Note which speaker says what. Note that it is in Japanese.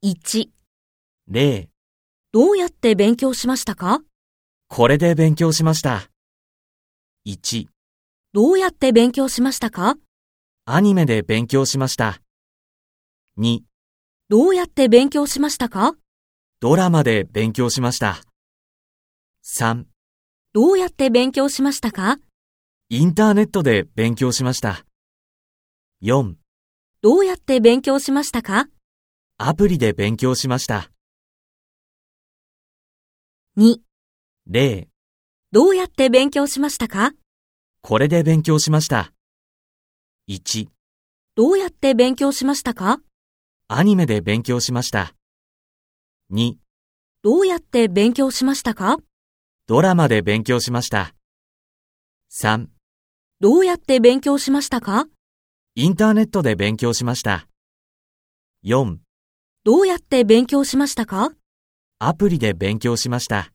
Speaker 1: 1、
Speaker 2: 例、
Speaker 1: どうやって勉強しましたか
Speaker 2: これで勉強しました。1、
Speaker 1: どうやって勉強しましたか
Speaker 2: アニメで勉強しました。2、
Speaker 1: どうやって勉強しましたか
Speaker 2: ドラマで勉強しました。3、
Speaker 1: どうやって勉強しましたか
Speaker 2: インターネットで勉強しました。4、
Speaker 1: どうやって勉強しましたか
Speaker 2: アプリで勉強しました。
Speaker 1: 2、
Speaker 2: 例、
Speaker 1: どうやって勉強しましたか
Speaker 2: これで勉強しました。1、
Speaker 1: どうやって勉強しましたか
Speaker 2: アニメで勉強しました。2、
Speaker 1: どうやって勉強しましたか
Speaker 2: ドラマで勉強しました。3、
Speaker 1: どうやって勉強しましたか
Speaker 2: インターネットで勉強しました。4、
Speaker 1: どうやって勉強しましたか
Speaker 2: アプリで勉強しました。